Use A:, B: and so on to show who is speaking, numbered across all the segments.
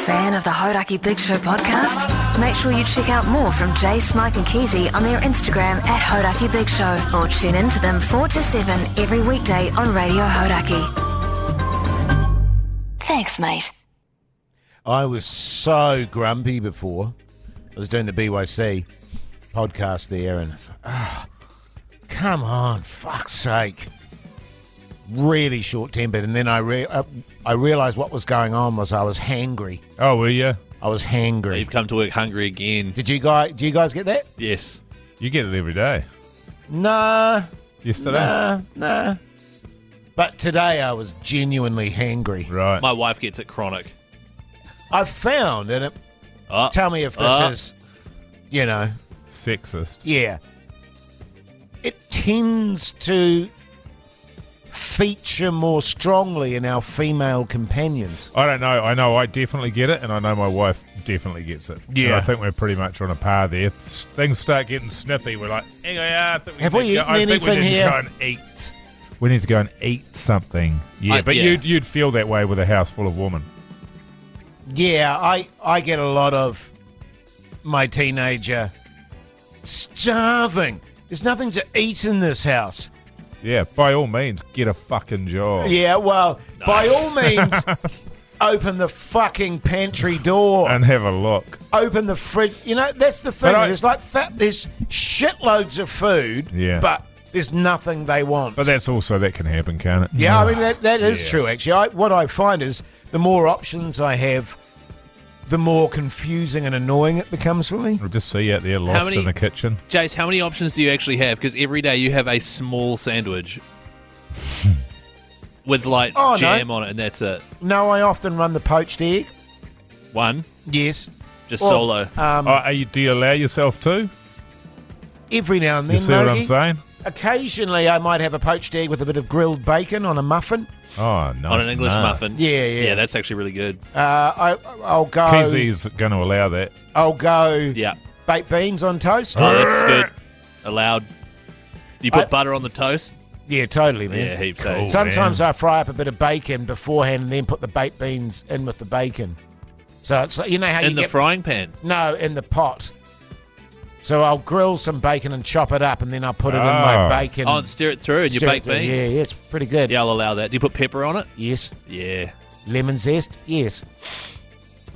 A: Fan of the Hodaki Big Show podcast? Make sure you check out more from Jay, Smike, and Keezy on their Instagram at Hodaki Big Show or tune in to them 4 to 7 every weekday on Radio Hodaki. Thanks, mate.
B: I was so grumpy before. I was doing the BYC podcast there, and I was like, oh, come on, fuck's sake. Really short tempered. And then I, re- uh, I realized what was going on was I was hangry.
C: Oh, were you?
B: I was hangry.
D: You've come to work hungry again.
B: Did you guys? Do you guys get that?
D: Yes.
C: You get it every day.
B: Nah,
C: Yesterday.
B: nah, nah. But today I was genuinely hangry.
C: Right.
D: My wife gets it chronic.
B: I found, and it,
D: Oh,
B: tell me if this
D: Ah.
B: is, you know,
C: Sexist.
B: Yeah. It tends to feature more strongly in our female companions.
C: I don't know. I know I definitely get it, and I know my wife definitely gets it. And
B: Yeah.
C: I think we're pretty much on a par there. S- Things start getting snippy. We're like, hang on, yeah, I think we
B: Have
C: need
B: we
C: to go,
B: eaten
C: I think
B: anything
C: we need
B: here?"
C: To go and eat. We need to go and eat something. Yeah,
D: I-
C: but
D: yeah.
C: you'd you'd feel that way with a house full of women.
B: Yeah, I, I get a lot of my teenager starving. There's nothing to eat in this house.
C: Yeah, by all means, get a fucking job.
B: Yeah, well, by all means, open the fucking pantry door.
C: And have a look.
B: open the fridge. You know, that's the thing.
C: But I-
B: there's like fat, there's shitloads of food,
C: Yeah.
B: but there's nothing they want.
C: But that's also that can happen, can't it?
B: Yeah, I mean that, that is
C: Yeah.
B: true. Actually, I, what I find is the more options I have, the more confusing and annoying it becomes for me.
C: I'll just see you out there lost
D: many-
C: in the kitchen.
D: Jace, how many options do you actually have? Because every day you have a small sandwich with like
B: Oh, no.
D: jam on it, and that's it.
B: No, I often run the poached egg.
D: One,
B: Yes,
D: just
B: Or,
D: solo.
B: Um,
C: Oh, are you, do you allow yourself to?
B: every now and then,
C: You see what I'm
B: Nogi.
C: saying?
B: occasionally I might have a poached egg with a bit of grilled bacon on a muffin.
C: Oh, nice.
D: on an English
C: nah.
D: muffin.
B: Ah. Yeah, yeah.
D: Yeah, that's actually really good.
B: Uh, I, I'll go.
C: Keezy's going to allow that.
B: I'll go.
D: Yeah.
B: Baked beans on toast.
D: Oh, that's good. Allowed. You put
B: I-
D: butter on the toast?
B: Yeah, totally, man.
D: Yeah, heaps. eh?
C: Cool.
B: Sometimes
C: man.
B: I fry up a bit of bacon beforehand and then put the baked beans in with the bacon. So it's like, you know how
D: In
B: you
D: the
B: get
D: frying pan.
B: no in the pot. So I'll grill some bacon and chop it up, and then I'll put it in my
C: Oh.
B: bacon.
D: Oh, and stir it through and you
B: Stir it
D: bake
B: through.
D: beans?
B: Yeah, yeah, it's pretty good.
D: Yeah, I'll allow that. Do you put pepper on it?
B: Yes,
D: Yeah.
B: lemon zest. Yes.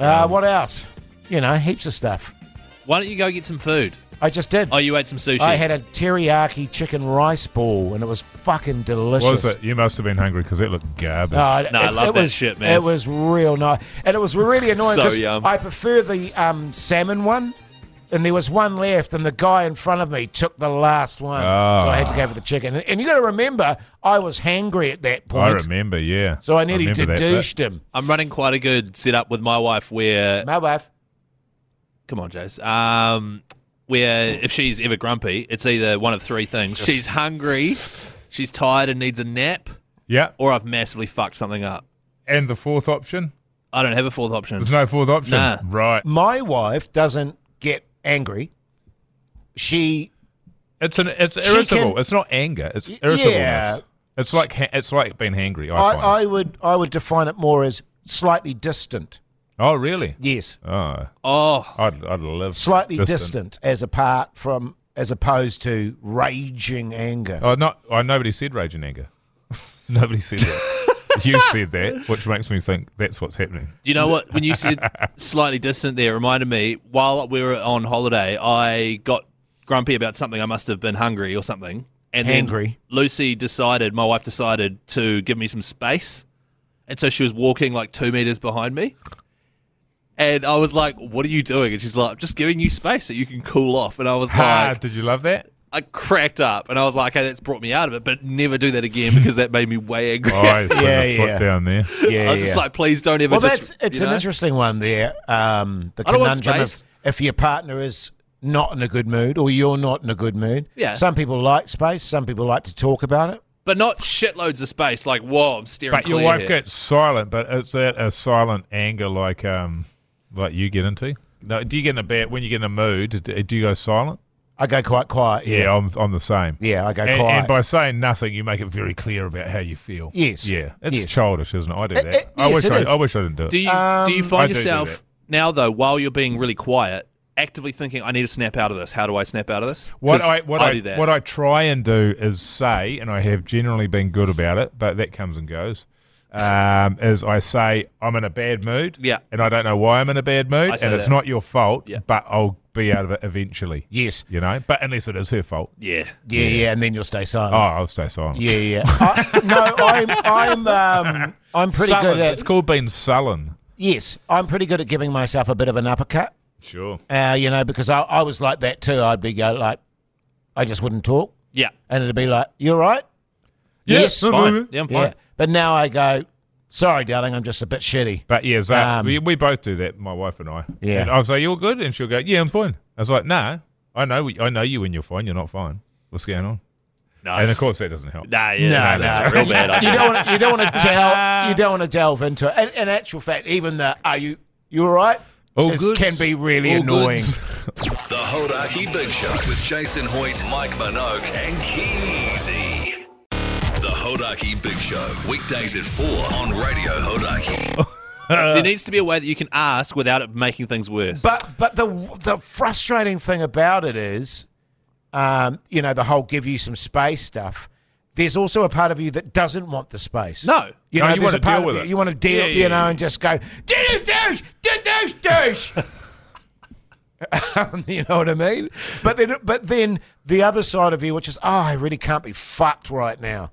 B: Uh,
C: Um,
B: what else? You know, heaps of stuff.
D: Why don't you go get some food?
B: I just did.
D: Oh, you ate some sushi.
B: I had a teriyaki chicken rice ball, and it was fucking delicious.
C: Was it? You must have been hungry because it looked garbage.
B: No,
D: No, I
B: it's-
D: love
B: it
D: that
B: was,
D: shit, man.
B: It was real nice, and it was really annoying
D: So
B: because
D: yum.
B: I prefer the um, salmon one, and there was one left, and the guy in front of me took the last one, so I had
D: Ah.
B: to go for the chicken. And, and you got to remember, I was hangry at that point,
C: I remember, yeah.
B: so I nearly
C: remember that
B: dedoused him.
D: I'm running quite a good setup with my wife where
B: My wife,
D: Come on, Jace. Um, where if she's ever grumpy, it's either one of three things: she's hungry, she's tired and needs a nap,
C: bit. Yeah.
D: or I've massively fucked something up.
C: And the fourth option?
D: I don't have a fourth option.
C: There's no fourth option.
D: Nah.
C: Right.
B: my wife doesn't get angry. She
C: It's an it's
B: She
C: irritable.
B: can-
C: it's not anger. It's
B: Y-
C: irritableness.
B: yeah.
C: It's like ha- it's like being hangry. I, find.
B: I, I would I would define it more as slightly distant.
C: oh really?
B: Yes,
C: Oh,
D: oh,
C: I'd I'd live
B: slightly distant, as apart from as opposed to raging anger.
C: Oh, not oh, nobody said rage and anger. nobody said that. you said that, which makes me think that's what's happening.
D: you know what? When you said slightly distant, there it reminded me. While we were on holiday, I got grumpy about something. I must have been hungry or something. And then
B: Hangry.
D: Lucy decided, my wife decided to give me some space, and so she was walking like two meters behind me. And I was like, "What are you doing?" And she's like, "I'm just giving you space so you can cool off." And I was
C: Ha,
D: like,
C: Ah, did you love that?
D: I cracked up, and I was like, "Hey, that's brought me out of it." But never do that again because that made me way angry.
C: Oh, I put
B: Yeah,
C: the foot
B: yeah.
C: down there.
B: yeah,
D: I was just
B: yeah.
D: like, "Please don't ever."
B: well,
D: just,
B: that's it's
D: you
B: an
D: know?
B: interesting one there. Um, the
D: I don't want
B: conundrum of
D: space.
B: if your partner is not in a good mood or you're not in a good mood.
D: Yeah.
B: Some people like space. Some people like to talk about it.
D: but not shitloads of space. Like, whoa, I'm steering.
C: But your
D: clear
C: wife
D: here.
C: gets silent. But is that a silent anger like um like you get into? No, do you get in a bad when you get in a mood? Do do you go silent?
B: I go quite quiet.
C: Yeah, I'm, I'm the same.
B: Yeah, I go
C: And,
B: quiet.
C: and by saying nothing, you make it very clear about how you feel.
B: Yes.
C: Yeah. It's
B: Yes.
C: childish, isn't it? I do that.
B: It- it-
C: I
B: yes,
C: wish
B: it
C: I,
B: is.
C: I wish I didn't do it.
D: Do you do you
C: I
D: find
C: do do
D: yourself now though while you're being really quiet, actively thinking I need to snap out of this? How do I snap out of this?
C: what
D: 'Cause
C: I what
D: I,
C: I,
D: do that.
C: what I try and do is say, and I have generally been good about it, but that comes and goes. Um, is I say I'm in a bad mood,
D: Yeah.
C: and I don't know why I'm in a bad mood,
D: I say
C: and it's
D: that.
C: not your fault,
D: Yeah.
C: but I'll be out of it eventually.
B: Yes.
C: You know, but unless it is her fault,
D: yeah.
B: Yeah, yeah, and then you'll stay silent.
C: oh, I'll stay silent.
B: Yeah, yeah. I, no, I'm, I'm, um, I'm pretty
C: sullen.
B: good at.
C: it's called being sullen.
B: Yes, I'm pretty good at giving myself a bit of an uppercut.
C: Sure.
B: Uh, you know, because I, I was like that too. I'd be go like, I just wouldn't talk,
D: Yeah.
B: and it'd be like, "You're right."
C: Yeah,
B: yes,
C: no, no, no.
D: Fine. Yeah, I'm fine.
B: yeah. But now I go, "Sorry, darling, I'm just a bit shitty."
C: But yeah, Zach,
B: Um,
C: we, we both do that, my wife and I.
B: Yeah.
C: And I'll say, You're good? And she'll go, Yeah, I'm fine. I was like, Nah, I know I know you when you're fine. You're not fine. What's going on?
D: Nice.
C: And of course, that doesn't help.
D: Nah, yeah, that's- that's a real bad
B: you
D: idea.
B: don't want to. You don't want to delve. You don't want to delve into it. And in actual fact, even the "Are you you all right?"
C: All
B: is-
C: goods.
B: can be really
C: All
B: annoying.
C: goods.
E: The Hodaki Big Show with Jason Hoyt, Mike Monoke, and Keezy. The Hodaki Big Show, weekdays at 4 on Radio Hodaki.
D: there needs to be a way that you can ask without it making things worse.
B: But but the the frustrating thing about it is, um, you know, the whole give you some space stuff. There's also a part of you that doesn't want the space.
D: No.
B: you
C: No,
B: know,
C: you
B: there's
C: wanna
B: a part
C: deal
B: of
C: with
B: you-
C: it.
B: You want to deal,
C: Yeah,
B: you
C: yeah,
B: know,
C: yeah.
B: and just go douche, douche, dou- douche, douche. Um, you know what I mean? But then, but then the other side of you, which is, oh, I really can't be fucked right now.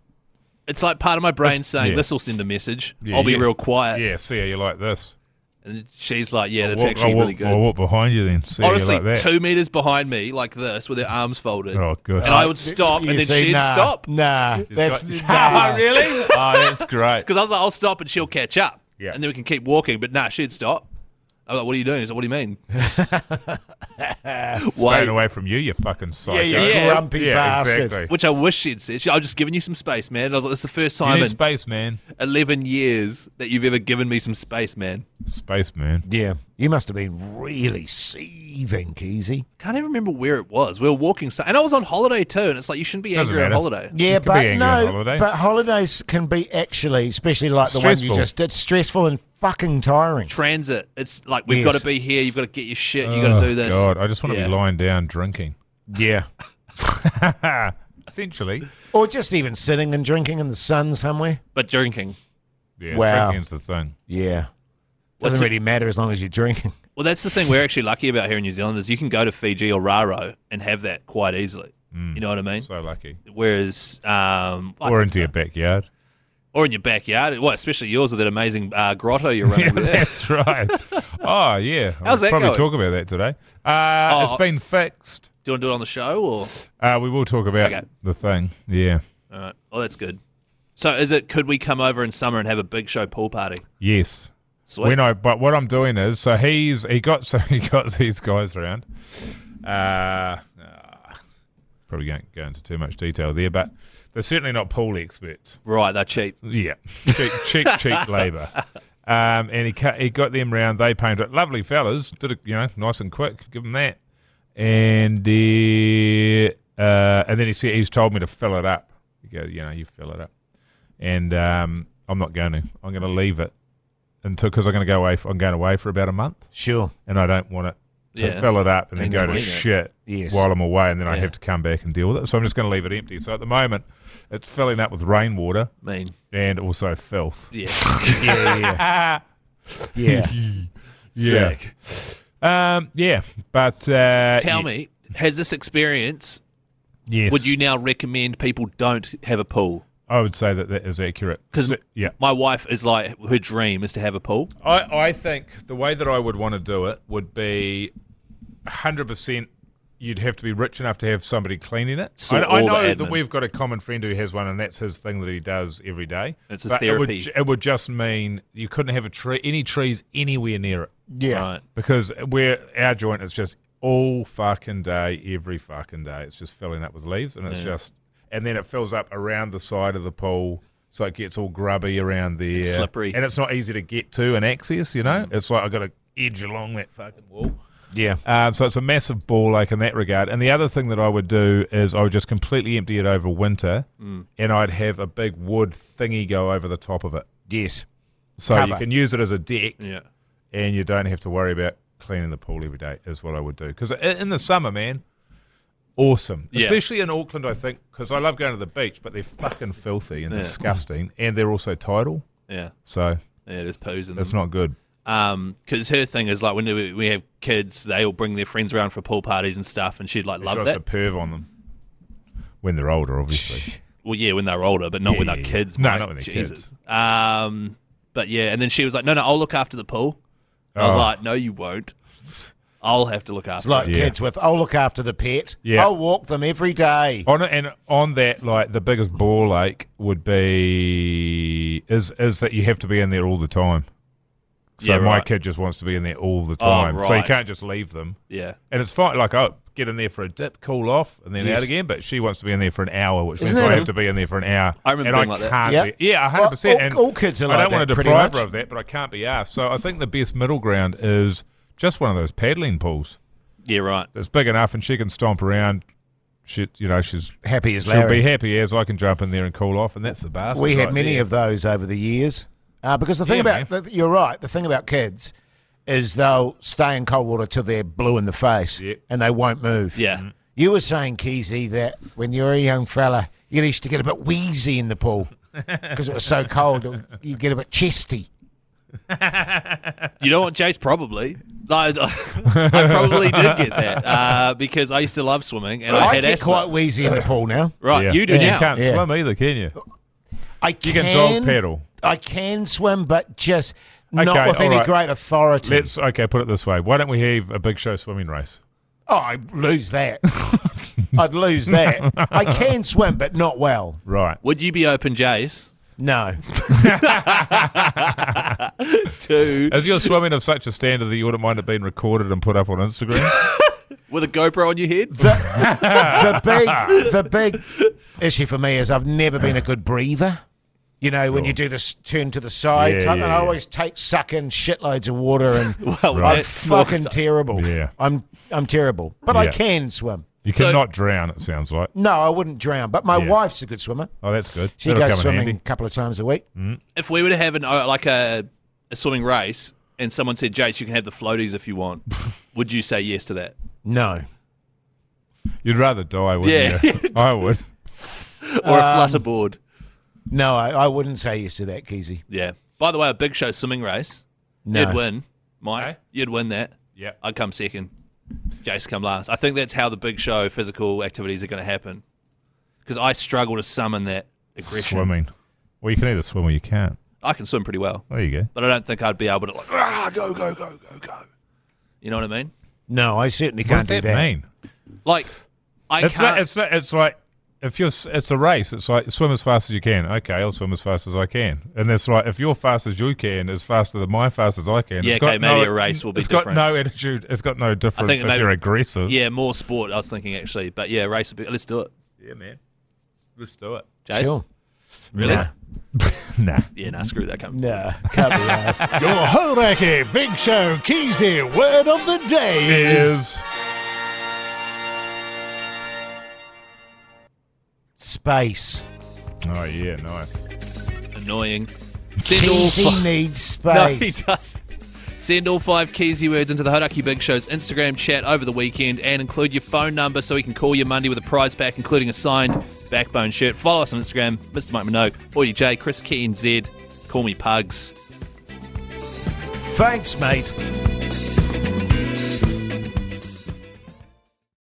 D: it's like part of my brain saying
C: yeah.
D: this will send a message.
C: Yeah,
D: I'll be
C: yeah.
D: real quiet.
C: Yeah, see how you like this.
D: And she's like, yeah, that's
C: Walk-
D: actually
C: I'll walk,
D: really good.
C: I'll walk behind you then. See
D: Honestly,
C: how you like that.
D: two meters behind me, like this, with their arms folded.
C: Oh, good.
D: And I would stop,
B: You
D: and then
B: see,
D: she'd
B: nah,
D: stop.
B: Nah, that's nah.
C: oh, really? oh, that's great.
D: Because I was like, I'll stop and she'll catch up.
C: Yeah.
D: And then we can keep walking. But nah, she'd stop. I'm like, what are you doing? He's like, what do you mean?
C: Staying
D: Why?
C: away from you, you fucking psycho.
B: Yeah, you
D: Yeah.
B: grumpy
C: Yeah,
B: bastard.
C: exactly.
D: Which I wish she'd said. She, I was just giving you some space, man. And I was like, this is the first
C: You
D: time
C: need
D: in
C: space, man.
D: 11 years that you've ever given me some space, man.
C: Space, man.
B: Yeah, you must have been really seething, Keezy.
D: Can't even remember where it was. We were walking. So- and I was on holiday too. And it's like, you shouldn't be
C: Doesn't
D: angry on
C: matter.
D: holiday.
B: Yeah,
C: You could be
B: but
C: angry
B: no,
C: on holiday.
B: but holidays can be actually, especially like the one
C: Stressful.
B: you just did, stressful and fucking tiring.
D: Transit. It's like, we've
B: Yes.
D: got to be here. You've got to get your shit. You've got to
C: Oh,
D: do this.
C: God, I just want to
D: Yeah.
C: be lying down drinking.
B: Yeah,
C: Essentially.
B: or just even sitting and drinking in the sun somewhere.
D: But drinking.
C: Yeah,
B: Wow.
C: drinking's the thing.
B: Yeah, doesn't
D: That's a-
B: really matter as long as you're drinking.
D: Well, that's the thing we're actually lucky about here in New Zealand is you can go to Fiji or Raro and have that quite easily. You know what I mean?
C: Mm. So lucky.
D: Whereas, um, I
C: Or
D: think-
C: into your backyard.
D: or in your backyard, well, especially yours with that amazing uh, grotto you're running.
C: Yeah,
D: with.
C: that's right. Oh, yeah. I'll
D: How's that
C: probably
D: going?
C: talk about that today. Uh,
D: Oh.
C: It's been fixed.
D: Do you want to do it on the show or?
C: Uh, we will talk about
D: Okay.
C: the thing. Yeah.
D: All right. Well, that's good. So, is it? Could we come over in summer and have a big show pool party?
C: Yes.
D: Sweet.
C: When I but what I'm doing is so he's he got so he got these guys around. Uh, ah, probably won't go into too much detail there, but they're certainly not pool experts.
D: right, they're cheap.
C: Yeah, cheap, cheap, cheap labour. Um, and he ca- he got them round. They painted it. Lovely fellas. Did it, you know, nice and quick. Give them that. And uh, uh, and then he said he's told me to fill it up. He goes, you know, you fill it up. And um, I'm not going to. I'm going to leave it until because I'm going to go away. For, I'm going away for about a month,
B: Sure.
C: and I don't want it to
D: Yeah.
C: fill it up and then
B: And
C: go to
B: leave it.
C: shit
B: Yes.
C: while I'm away, and then I
D: Yeah.
C: have to come back and deal with it. So I'm just going to leave it empty. So at the moment, it's filling up with rainwater
D: Mean.
C: and also filth.
D: Yeah.
B: Yeah, yeah, yeah.
C: Yeah.
D: Sick.
C: Um, yeah, but uh, y-
D: Tell me, has this experience?
C: Yes,
D: Would you now recommend people don't have a pool?
C: I would say that that is accurate.
D: 'Cause-
C: So- yeah,
D: My wife is like, her dream is to have a pool.
C: I, I think the way that I would want to do it would be hundred percent. You'd have to be rich enough to have somebody cleaning it.
D: So
C: I, I
D: all the
C: know
D: admin.
C: that we've got a common friend who has one, and that's his thing that he does every day.
D: It's his
C: But It would,
D: therapy.
C: ju- it would just mean you couldn't have a tree, any trees anywhere near it.
B: Yeah.
D: Right.
C: because we're our joint is just all fucking day, every fucking day. It's just filling up with leaves, and it's just and then it fills up around the side of the pool, so it gets all grubby around there,
D: slippery.
C: and it's not easy to get to and access. You know, it's like I got to edge along that fucking wall.
B: Yeah.
C: Um, so it's a massive ball ache in that regard. And the other thing that I would do is I would just completely empty it over winter, and I'd have a big wood thingy go over the top of it,
B: Yes.
C: so
B: Cover.
C: you can use it as a deck,
D: Yeah.
C: and you don't have to worry about cleaning the pool every day. Is what I would do because in the summer, man, awesome,
D: Yeah.
C: especially in Auckland. I think because I love going to the beach, but they're fucking filthy and
D: Yeah.
C: disgusting, and they're also tidal,
D: Yeah.
C: so
D: Yeah, there's poos in
C: that's
D: them.
C: not good.
D: Um, because her thing is like when we, we have kids, they all bring their friends around for pool parties and stuff, and she'd like
C: She
D: love
C: likes to
D: that.
C: perv on them when they're older, obviously.
D: Well, yeah, when they're older, but not
C: Yeah,
D: when they're
C: yeah, yeah.
D: kids.
C: No,
D: mate.
C: not when they're
D: Jesus. Um, but yeah, and then she was like, "No, no, I'll look after the pool." And I was
C: Oh.
D: like, "No, you won't. I'll have to look after."
B: It's like
C: Yeah.
B: kids with, I'll look after the pet.
C: Yeah.
B: I'll walk them every day.
C: On and on that, like the biggest ball ache would be is is that you have to be in there all the time. So
D: Yeah,
C: my
D: right. Oh,
C: kid just wants to be in there all the time, so you
D: right.
C: can't just leave them.
D: it. yeah,
C: And it's fine, like oh, get in there for a dip, cool off, and then
B: Yes.
C: out again. But she wants to be in there for an hour, which
B: Isn't
C: means
B: that
C: I
B: a-
C: have to be in there for an hour.
D: I remember
C: and
D: being
C: I
D: like that.
C: can't
B: Yep.
C: Be, yeah, hundred percent.
B: Well,
C: And
B: all- all kids are
C: I
B: like
C: don't want
B: that,
C: to
B: pretty
C: deprive
B: much.
C: her of that, but I can't be asked. So I think the best middle ground is just one of those paddling pools
D: yeah, right.
C: that's big enough, and she can stomp around. She, you know, she's
B: Happy as
C: She'll be
B: Larry.
C: happy as I can jump in there and call off, and that's the bastard.
B: We had
C: right
B: many
C: there.
B: of those over the years. Uh, because the thing
C: Yeah,
B: about, th you're right, the thing about kids is they'll stay in cold water till they're blue in the face
C: Yep.
B: and they won't move.
D: Yeah,
C: Mm.
B: You were saying, Keezy, that when you were a young fella, you used to get a bit wheezy in the pool because it was so cold. it would- You'd get a bit chesty.
D: you know what, Jace? Probably. Like, I probably did get that uh, because I used to love swimming, and I,
B: I
D: had
B: get
D: asthma.
B: quite wheezy in the pool now.
D: right,
C: Yeah.
D: you do
C: And
D: now.
C: You can't
B: Yeah. Oh,
C: swim either, can you?
B: I can,
C: You can dog paddle.
B: I can swim, but just
C: Okay,
B: not with
C: all
B: any
C: right.
B: great authority.
C: Let's okay. Put it this way: Why don't we have a big show swimming race?
B: oh, I lose that. I'd lose that. I can swim, but not well.
C: Right.
D: Would you be open, Jace?
B: No.
D: To
C: Is your swimming of such a standard that you wouldn't mind it being recorded and put up on Instagram?
D: with a GoPro on your head?
B: the big the big issue for me is I've never been a good breather. You know, when you do this turn to the side,
C: Yeah,
B: type-
C: yeah,
B: and I
C: yeah.
B: always take suck in shitloads of water and
D: well,
C: Right.
B: I'm
D: that's more-
B: fucking terrible.
C: Yeah.
B: I'm I'm terrible. But I
C: Yeah.
B: can swim.
C: You
D: So-
C: cannot drown. It sounds like.
B: No, I wouldn't drown. But my
C: Yeah.
B: wife's a good swimmer.
C: Oh, that's good.
B: She
C: That'll
B: goes
C: come in
B: swimming a
C: handy. Mm.
B: couple of times a week.
D: if we were to have an uh, like a, a swimming race and someone said, Jace, you can have the floaties if you want, would you say yes to that?
B: No.
C: You'd rather die, wouldn't
D: Yeah.
C: you? I would.
D: Or a flutterboard?
B: No, I, I wouldn't say yes to that, Keezy.
D: Yeah. By the way, a big show swimming race,
B: No.
D: you'd win, Mike. You'd win that.
C: Yeah.
D: I'd come second. Jace come last. I think that's how the big show physical activities are going to happen. Because I struggle to summon that aggression.
C: Swimming. Well, you can either swim or you can't.
D: I can swim pretty well,
C: There you go.
D: but I don't think I'd be able to like ah go go go go go. You know what I mean?
B: No, I certainly
C: What
B: can't
C: does
B: do
C: that,
B: that.
C: mean?
D: Like I
C: It's
D: can't.
C: not, it's not, it's like if you're s- it's a race. It's like swim as fast as you can. Okay, I'll swim as fast as I can. And that's like if you're fast as you can, is faster than my fast as I can.
D: Yeah,
C: it's got
D: okay,
C: no,
D: maybe a race will be
C: It's got
D: different.
C: no attitude. It's got no difference
D: think
C: if
D: maybe-
C: you're aggressive.
D: yeah, more sport. I was thinking actually, but yeah, race. A bit. Let's do it,
C: yeah, man. Let's do it.
D: Jace.
B: Sure.
D: Really?
B: Nah.
C: nah.
D: Yeah, nah, screw that. Come.
B: No, can't be asked.
F: Your Hodaki Big Show Keezy word of the day
C: Is
B: Space.
C: oh yeah, nice.
D: Annoying. Send all.
B: Keezy
D: Fi-
B: needs
D: no, he
B: space.
D: does. Send all five Keezy words into the Hodaki Big Show's Instagram chat over the weekend and include your phone number so we can call you Monday with a prize pack, including a signed backbone shirt. Follow us on Instagram, Mr. Mike Minogue, Hoity J, Chris Keaton Z. Call me Pugs.
B: Thanks, mate.